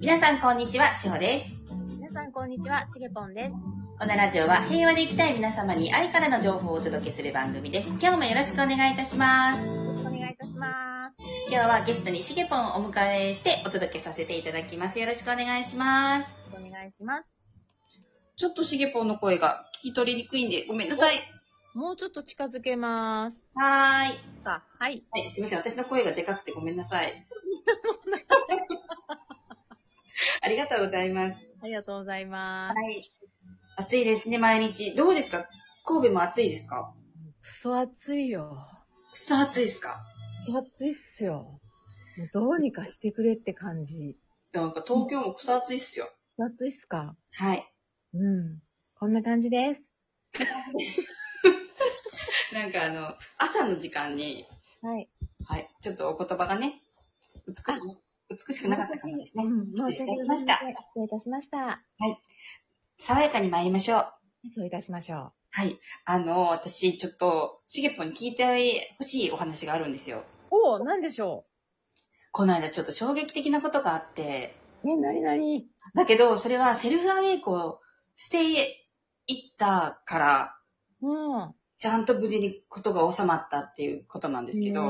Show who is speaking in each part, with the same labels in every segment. Speaker 1: 皆さん、こんにちは。しほです。
Speaker 2: 皆さん、こんにちは。しげぽんです。
Speaker 1: このラジオは平和で生きたい皆様に愛からの情報をお届けする番組です。今日もよろしくお願いいたします。
Speaker 2: お願いいたします。
Speaker 1: 今日はゲストにしげぽんをお迎えしてお届けさせていただきます。よろしくお願いします。
Speaker 2: お願いします。
Speaker 1: ちょっとしげぽんの声が聞き取りにくいんで、ごめんなさい。
Speaker 2: もうちょっと近づけます。
Speaker 1: はーい。
Speaker 2: さあ、はい。
Speaker 1: はい、すみません。私の声がでかくてごめんなさ い。ありがとうございます。
Speaker 2: ありがとうございま
Speaker 1: は
Speaker 2: す。
Speaker 1: い。暑いですね、毎日。どうですか神戸も暑いですか
Speaker 2: くそ暑いよ。
Speaker 1: くそ暑いですか
Speaker 2: くそ暑いっすよ。もうどうにかしてくれって感じ。
Speaker 1: なんか東京もくそ暑いっすよ。
Speaker 2: くそ暑いっすか
Speaker 1: はい。
Speaker 2: うん。こんな感じです。
Speaker 1: なんかあの、朝の時間に、
Speaker 2: はい。
Speaker 1: はい、ちょっとお言葉がね、美しく、美しくなかったからですね
Speaker 2: う。ん、
Speaker 1: 失礼いたしました
Speaker 2: 失礼いたしました。
Speaker 1: 爽やかに参りましょう。
Speaker 2: そういたしましょ
Speaker 1: はい。あの、私、ちょっと、しげぽんに聞いてほしいお話があるんですよ。
Speaker 2: う。おお、なんでしょ
Speaker 1: この間ちょっと衝撃的なことがあって、
Speaker 2: う。え、なになに
Speaker 1: だけど、それはセルフアウェイクをしていったから、
Speaker 2: うん。
Speaker 1: ちゃんと無事にことが収まったっていうことなんですけど、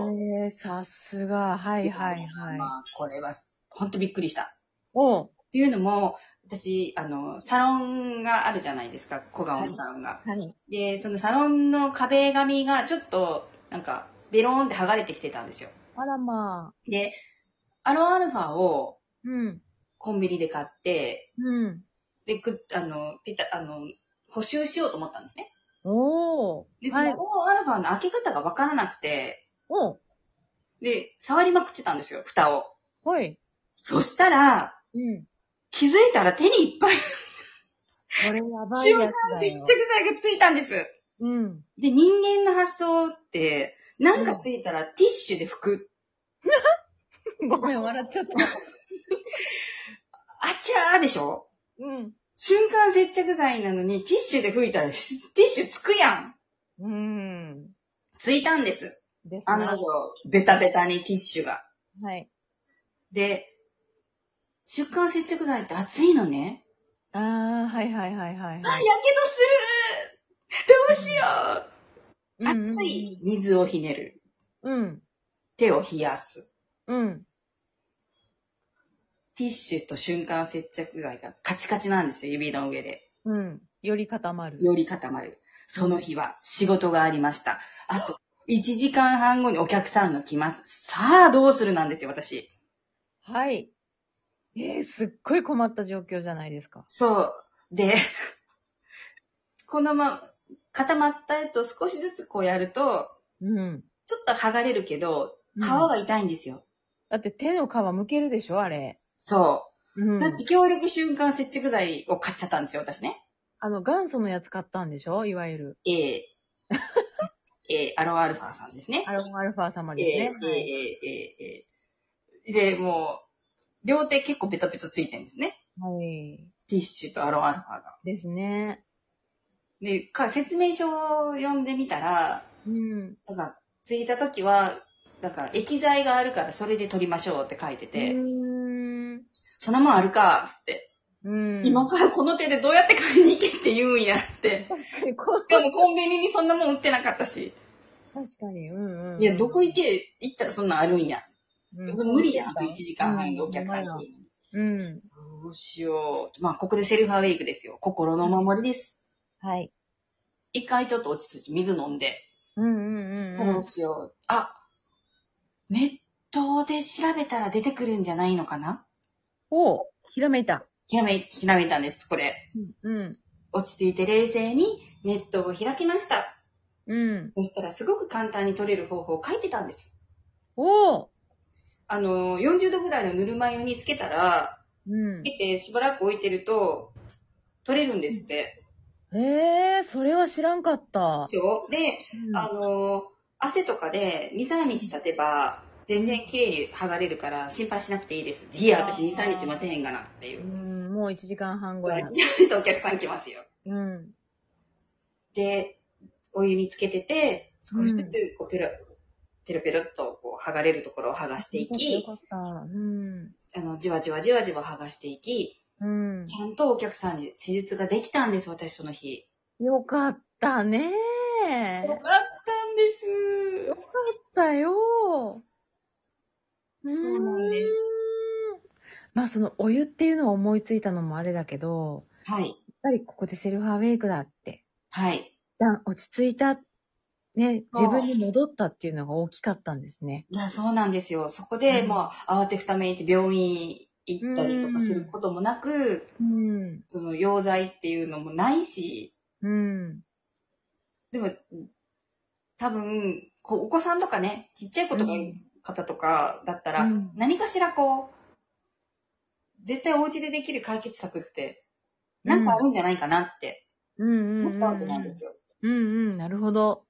Speaker 2: えー、さすが。はいはいはい。
Speaker 1: まあ、これは、ほんとびっくりした。
Speaker 2: おう。
Speaker 1: っていうのも、私、あの、サロンがあるじゃないですか、小顔のサロンが。
Speaker 2: はい。
Speaker 1: で、そのサロンの壁紙がちょっと、なんか、ベローンって剥がれてきてたんですよ。
Speaker 2: あらまあ。
Speaker 1: で、アロンアルファを
Speaker 2: うん。
Speaker 1: コンビニで買って、
Speaker 2: うん。
Speaker 1: で、く、あの、ピタ、あの、補修しようと思ったんですね。
Speaker 2: おお。
Speaker 1: で、そ
Speaker 2: は
Speaker 1: の
Speaker 2: い。
Speaker 1: アロンアルファの開け方がわからなくて、
Speaker 2: お
Speaker 1: で、触りまくってたんですよ、蓋を。
Speaker 2: はい。
Speaker 1: そしたら、
Speaker 2: うん。
Speaker 1: 気づいたら手にいっぱい
Speaker 2: これやばい
Speaker 1: 塩
Speaker 2: や
Speaker 1: 酸
Speaker 2: つだ
Speaker 1: 接着
Speaker 2: よ。
Speaker 1: 剤がついたんです。
Speaker 2: うん。
Speaker 1: で、人間の発想って、なんかついたらティッシュで拭く。
Speaker 2: ごめん、笑っちゃった。
Speaker 1: あちゃーでしょ
Speaker 2: うん。
Speaker 1: 瞬間接着剤なのにティッシュで拭いたらしティッシュつくやん。
Speaker 2: うん。
Speaker 1: ついたんです。
Speaker 2: です
Speaker 1: あの
Speaker 2: ね。
Speaker 1: ベタベタにティッシュが。
Speaker 2: はい。
Speaker 1: で、瞬間接着剤って熱いのね。
Speaker 2: ああ、はいは
Speaker 1: あ、
Speaker 2: いはいはい
Speaker 1: や
Speaker 2: は
Speaker 1: け
Speaker 2: い。
Speaker 1: どするどうしよう、
Speaker 2: うん
Speaker 1: 熱い。水をひねる。
Speaker 2: うん。
Speaker 1: 手を冷やす。
Speaker 2: うん。
Speaker 1: ティッシュと瞬間接着剤がカチカチなんですよ、指の上で。
Speaker 2: うん。より固まる。
Speaker 1: より固まる。その日は仕事がありました。あと、1時間半後にお客さんが来ます。さあ、どうするなんですよ、私。
Speaker 2: はい。えー、すっごい困った状況じゃないですか。
Speaker 1: そう。で、このま、固まったやつを少しずつこうやると、
Speaker 2: うん。
Speaker 1: ちょっと剥がれるけど、皮
Speaker 2: うん
Speaker 1: が痛いんですよ。
Speaker 2: だって手の皮むけるでしょ、あれ。
Speaker 1: そうう。だって強力瞬間接着剤を買っちゃったんですよ、私ね。
Speaker 2: あの、元祖のやつ買ったんでしょいわゆる。
Speaker 1: え えええアロンアルファさんですね。
Speaker 2: アロンアルファ様
Speaker 1: え
Speaker 2: ですね
Speaker 1: え。ええええええで、もう、両手結構ベトベトついてるんですね。
Speaker 2: はい。はい。
Speaker 1: ティッシュとアロンアルファが。
Speaker 2: ですね。
Speaker 1: で、か説明書を読んでみたら、
Speaker 2: うん。
Speaker 1: なんか、ついた時は、なんか、液剤があるからそれで取りましょうって書いてて、
Speaker 2: う
Speaker 1: そんなもんあるかって、
Speaker 2: ーん。うん。
Speaker 1: 今からこの手でどうやって買いに行けって言うんやって。
Speaker 2: 確かに、こう、
Speaker 1: でもコンビニにそんなもん売ってなかったし、
Speaker 2: 確かに、うんうん。
Speaker 1: いや、どこ行け、行ったらそんなんあるんや。
Speaker 2: うん
Speaker 1: 無理やん、あと1時間半でお客さんに。
Speaker 2: うん。
Speaker 1: どうしよう。まあ、ここでセルフアウェイクですよ。心のお守りです。
Speaker 2: はい。
Speaker 1: 一回ちょっと落ち着いて、水飲んで。
Speaker 2: うんうんうんう
Speaker 1: どう。
Speaker 2: ん
Speaker 1: しよう。あ、ネットで調べたら出てくるんじゃないのかな
Speaker 2: おうひらめいた。
Speaker 1: ひらめ、ひらめいたんです、そこで。
Speaker 2: うん。
Speaker 1: 落ち着いて冷静にネットを開きました。
Speaker 2: うん。
Speaker 1: そしたらすごく簡単に取れる方法を書いてたんです。
Speaker 2: おう
Speaker 1: あの、40度ぐらいのぬるま湯につけたら、
Speaker 2: うん
Speaker 1: つ。けてしばらく置いてると、取れるんですって。
Speaker 2: ええ、それは知らんかった。
Speaker 1: でしょで、あの、汗とかで2、3日経てば、全然綺麗に剥がれるから心配しなくていいです。いや、私2、3日待てへんがなっていうう。
Speaker 2: ん。もう1時間半後や。
Speaker 1: お客さん来ますよ。
Speaker 2: うん。
Speaker 1: で、お湯につけてて、少しずつこうペラ、ペロペロっとこう剥がれるところを剥がしてい
Speaker 2: よ
Speaker 1: き、
Speaker 2: かった。うん。
Speaker 1: あの、じわじわじわじわ剥がしていき、
Speaker 2: うん。
Speaker 1: ちゃんとお客さんに施術ができたんです、私その日。
Speaker 2: よかった
Speaker 1: よ
Speaker 2: ね
Speaker 1: かっ
Speaker 2: よかった
Speaker 1: んです。
Speaker 2: たよ
Speaker 1: そうなんです
Speaker 2: うーんまあそのお湯っていうのを思いついたのもあれだけど、
Speaker 1: はい。
Speaker 2: やっぱりここでセルフアウェイクだって。
Speaker 1: はい。
Speaker 2: 一旦落ち着いた、ね、
Speaker 1: そう
Speaker 2: 自分に戻ったっていうのが大きかったんですね。
Speaker 1: いや、そうなんですよ。そこで、
Speaker 2: うん
Speaker 1: まあ、慌てふためいて病院行ったりとかすることもなく、
Speaker 2: うん。
Speaker 1: その、溶剤っていうのもないし、
Speaker 2: うん。
Speaker 1: でも、多分、こうお子さんとかね、ちっちゃい子とか、
Speaker 2: うん
Speaker 1: 方とかだったら、
Speaker 2: うん
Speaker 1: 何かしらこう、絶対お家でできる解決策って、なんかあるんじゃないかなって
Speaker 2: うんうん。
Speaker 1: 思ったわけなんですよ。
Speaker 2: うんうん、なるほど。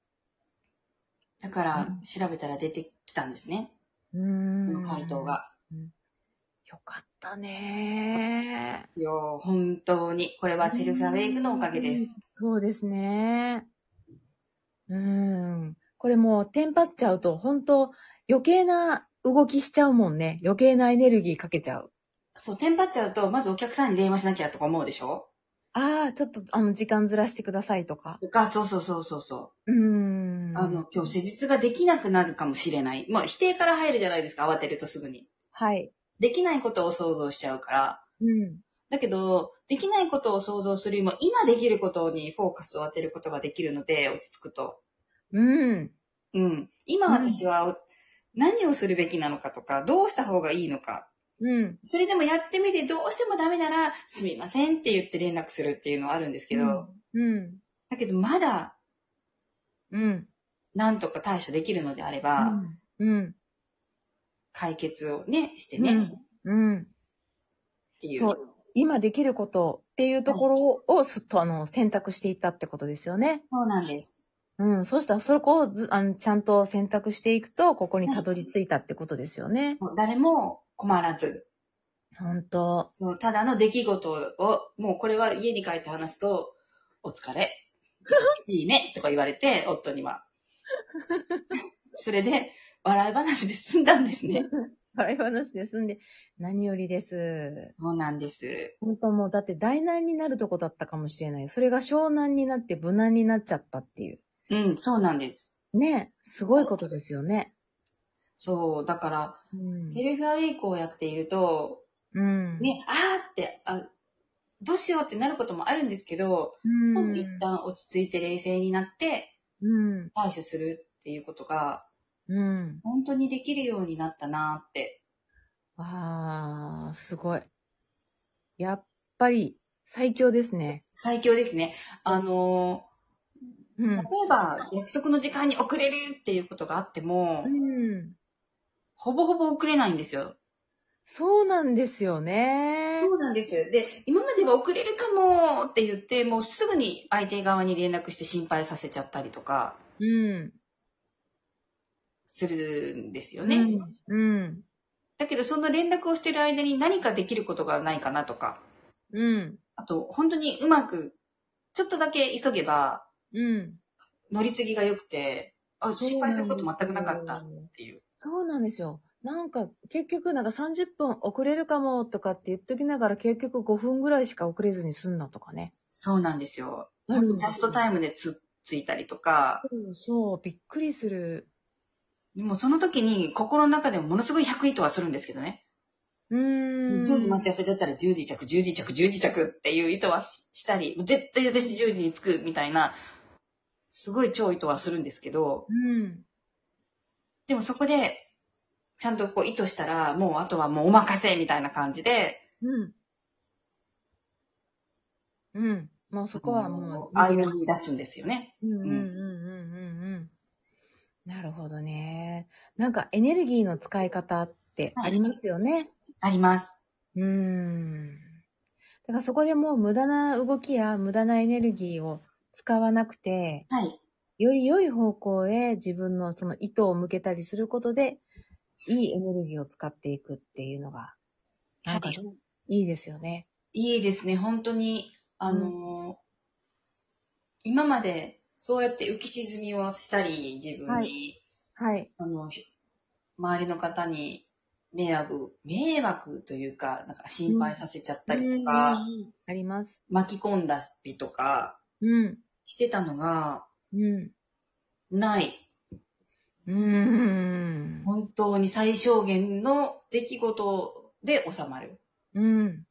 Speaker 1: だから
Speaker 2: うん、
Speaker 1: 調べたら出てきたんですね、
Speaker 2: う
Speaker 1: こ
Speaker 2: ん
Speaker 1: の。回答。が。
Speaker 2: よかったね
Speaker 1: いやー本当に、これはセルフアウェイクのおかげです。。
Speaker 2: そうですね。うん。これもうテンパっちゃうと、本当余計な動きしちゃうもんね。余計なエネルギーかけちゃう。
Speaker 1: そう、テンパっちゃうと、まずお客さんに電話しなきゃとか思うでしょ
Speaker 2: ああ、ちょっとあの時間ずらしてくださいとか。
Speaker 1: とか、そうそうそうそうそうう、
Speaker 2: ん。
Speaker 1: あの、今日施術ができなくなるかもしれない。まあ、否定から入るじゃないですか、慌てるとすぐに。
Speaker 2: はい。
Speaker 1: できないことを想像しちゃうから。
Speaker 2: うん。
Speaker 1: だけど、できないことを想像するよりも、今できることにフォーカスを当てることができるので、落ち着くと。
Speaker 2: うん。
Speaker 1: うん。今私は、何をするべきなのかとか、どうした方がいいのか。
Speaker 2: うん。
Speaker 1: それでもやってみて、どうしてもダメなら、すみませんって言って連絡するっていうのはあるんですけど、
Speaker 2: うん。
Speaker 1: だけどまだ、
Speaker 2: うん。
Speaker 1: なんとか対処できるのであれば、
Speaker 2: うん。
Speaker 1: 解決をね、してね、
Speaker 2: う
Speaker 1: っ
Speaker 2: ん。うん。
Speaker 1: ていう。
Speaker 2: そう今できることっていうところをすっとあの選択していったってことですよね。
Speaker 1: そうなんです。
Speaker 2: うん。そうしたらそこをずあのちゃんと選択していくと、ここにたどり着いたってことですよね。
Speaker 1: もう誰も困らず、
Speaker 2: 本当
Speaker 1: そのただの出来事を、もうこれは家に帰って話すと、お疲れ、 忙しいね、とか言われて、夫には。 それで、笑い話で済んだんですね。
Speaker 2: 笑い話で済んで、何よりです。
Speaker 1: そうなんです。
Speaker 2: 本当もう、だって大難になるとこだったかもしれない。それが湘南になって無難になっちゃったっていう。
Speaker 1: うん、そうなんです。
Speaker 2: ねえすごいことですよね。
Speaker 1: そう、だから、
Speaker 2: うん。
Speaker 1: セルフアウェイクをやっていると、
Speaker 2: うん。
Speaker 1: ね、あーって、あ、どうしようってなることもあるんですけど、
Speaker 2: うん。
Speaker 1: まず一旦落ち着いて冷静になって
Speaker 2: うん。
Speaker 1: 対処するっていうことが、
Speaker 2: うん。
Speaker 1: 本当にできるようになったなーって。
Speaker 2: わあ、すごい。やっぱり、最強ですね。
Speaker 1: 最強ですね。あの
Speaker 2: う
Speaker 1: ー、例えば、約束の時間に遅れるっていうことがあっても、
Speaker 2: うん。
Speaker 1: ほぼほぼ遅れないんですよ。
Speaker 2: そうなんですよね
Speaker 1: そ。うなんです。で、今までは遅れるかもって言って、もうすぐに相手側に連絡して心配させちゃったりとか
Speaker 2: うん。
Speaker 1: するんですよね。
Speaker 2: うん。
Speaker 1: だけど、その連絡をしてる間に何かできることがないかなとか、
Speaker 2: うん。
Speaker 1: あと、本当にうまく、ちょっとだけ急げば、
Speaker 2: うん。
Speaker 1: 乗り継ぎが良くて、あ、心配すること全くなかったっ
Speaker 2: そうなんですよ
Speaker 1: ていう。
Speaker 2: そうなんですよ。なんか、結局、なんか30分遅れるかもとかって言っときながら、結局5分ぐらいしか遅れずに済んだとかね。
Speaker 1: そうなんですよ。
Speaker 2: うん
Speaker 1: ほんとジャストタイムでつついたりとか、
Speaker 2: そうそう、びっくりする。
Speaker 1: でもその時に心の中でもものすごい100意図はするんですけどね。
Speaker 2: うーん。
Speaker 1: 10時待ち合わせだったら10時着、10時着、10時着っていう意図はししたり、絶対私10時に着くみたいな、すごい超意図はするんですけど、
Speaker 2: うん。
Speaker 1: でもそこで、ちゃんとこう意図したら、もうあとはもうお任せみたいな感じで、
Speaker 2: うん。うん。もうそこはもう。
Speaker 1: 歩み出すんですよね。
Speaker 2: うんうんうんうんうんうん。なるほどね。なんかエネルギーの使い方ってありますよね。
Speaker 1: あります。
Speaker 2: うーん。だからそこでもう無駄な動きや無駄なエネルギーを使わなくて、
Speaker 1: はい。
Speaker 2: より良い方向へ自分のその意図を向けたりすることで、いいエネルギーを使っていくっていうのが、なんか
Speaker 1: はい
Speaker 2: ねいいですよね。
Speaker 1: いいですね、本当に。あのー今までそうやって浮き沈みをしたり、自分に、
Speaker 2: はい。
Speaker 1: あの、ひ周りの方に迷惑、迷惑というか、なんか心配させちゃったりとか、
Speaker 2: あります。
Speaker 1: 巻き込んだりとか
Speaker 2: うん。
Speaker 1: してたのが、
Speaker 2: うん。
Speaker 1: ない。
Speaker 2: うーん。
Speaker 1: 本当に最小限の出来事で収まる。
Speaker 2: うん。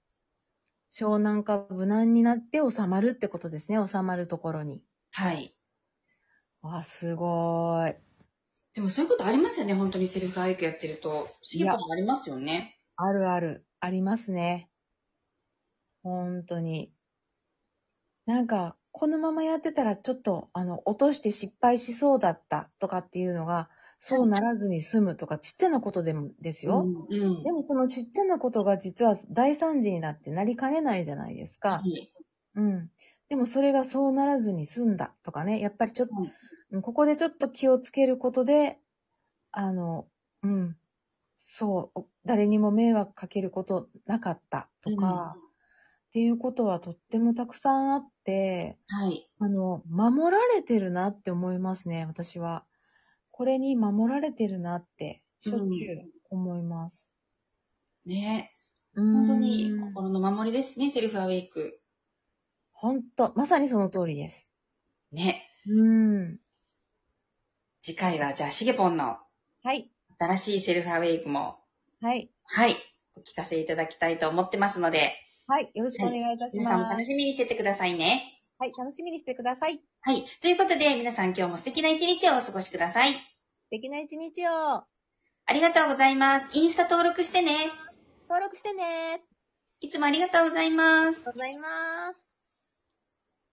Speaker 2: 湘南か無難になって収まるってことですね。収まるところに。
Speaker 1: はい。
Speaker 2: わ、すごーい。
Speaker 1: でもそういうことありますよね、本当にセルフアイクやってると。シゲポもありますよね。
Speaker 2: あるある。ありますね。本当に。なんか、このままやってたらちょっと、あの、落として失敗しそうだったとかっていうのが、そうならずに済むとか、ちっちゃなことでもですよ。
Speaker 1: うん。うん
Speaker 2: でもそのちっちゃなことが実は大惨事になってなりかねないじゃないですか
Speaker 1: は。い
Speaker 2: うん。でもそれがそうならずに済んだとかね、やっぱりちょっと
Speaker 1: はい、
Speaker 2: うんここでちょっと気をつけることで、あの、うん、そう、お誰にも迷惑かけることなかったとか、っていうことはとってもたくさんあって、
Speaker 1: はい。
Speaker 2: あの、守られてるなって思いますね、私は。これに守られてるなって、しょっちゅう思います。
Speaker 1: ね
Speaker 2: 本
Speaker 1: 本当に心の守りですね、セルフアウェイク。
Speaker 2: 本当、まさにその通りです。
Speaker 1: ね。
Speaker 2: うん。
Speaker 1: 次回は、じゃあ、シゲポンの
Speaker 2: はい。
Speaker 1: 新しいセルフアウェイクも、
Speaker 2: はい。
Speaker 1: はい、お聞かせいただきたいと思ってますので、
Speaker 2: はい。よろしくお願いいたし
Speaker 1: 皆さん
Speaker 2: ま
Speaker 1: も
Speaker 2: す。
Speaker 1: 楽しみにしててくださいね。
Speaker 2: はい。楽しみにしてください。素
Speaker 1: はい。ということで、皆さん今日も素敵な一日をお過ごしください。
Speaker 2: 敵な一日を
Speaker 1: ありがとうございます。インスタ登録してね。
Speaker 2: 登録してね。あ
Speaker 1: い
Speaker 2: り
Speaker 1: つもありがとうございます
Speaker 2: がと。うございます。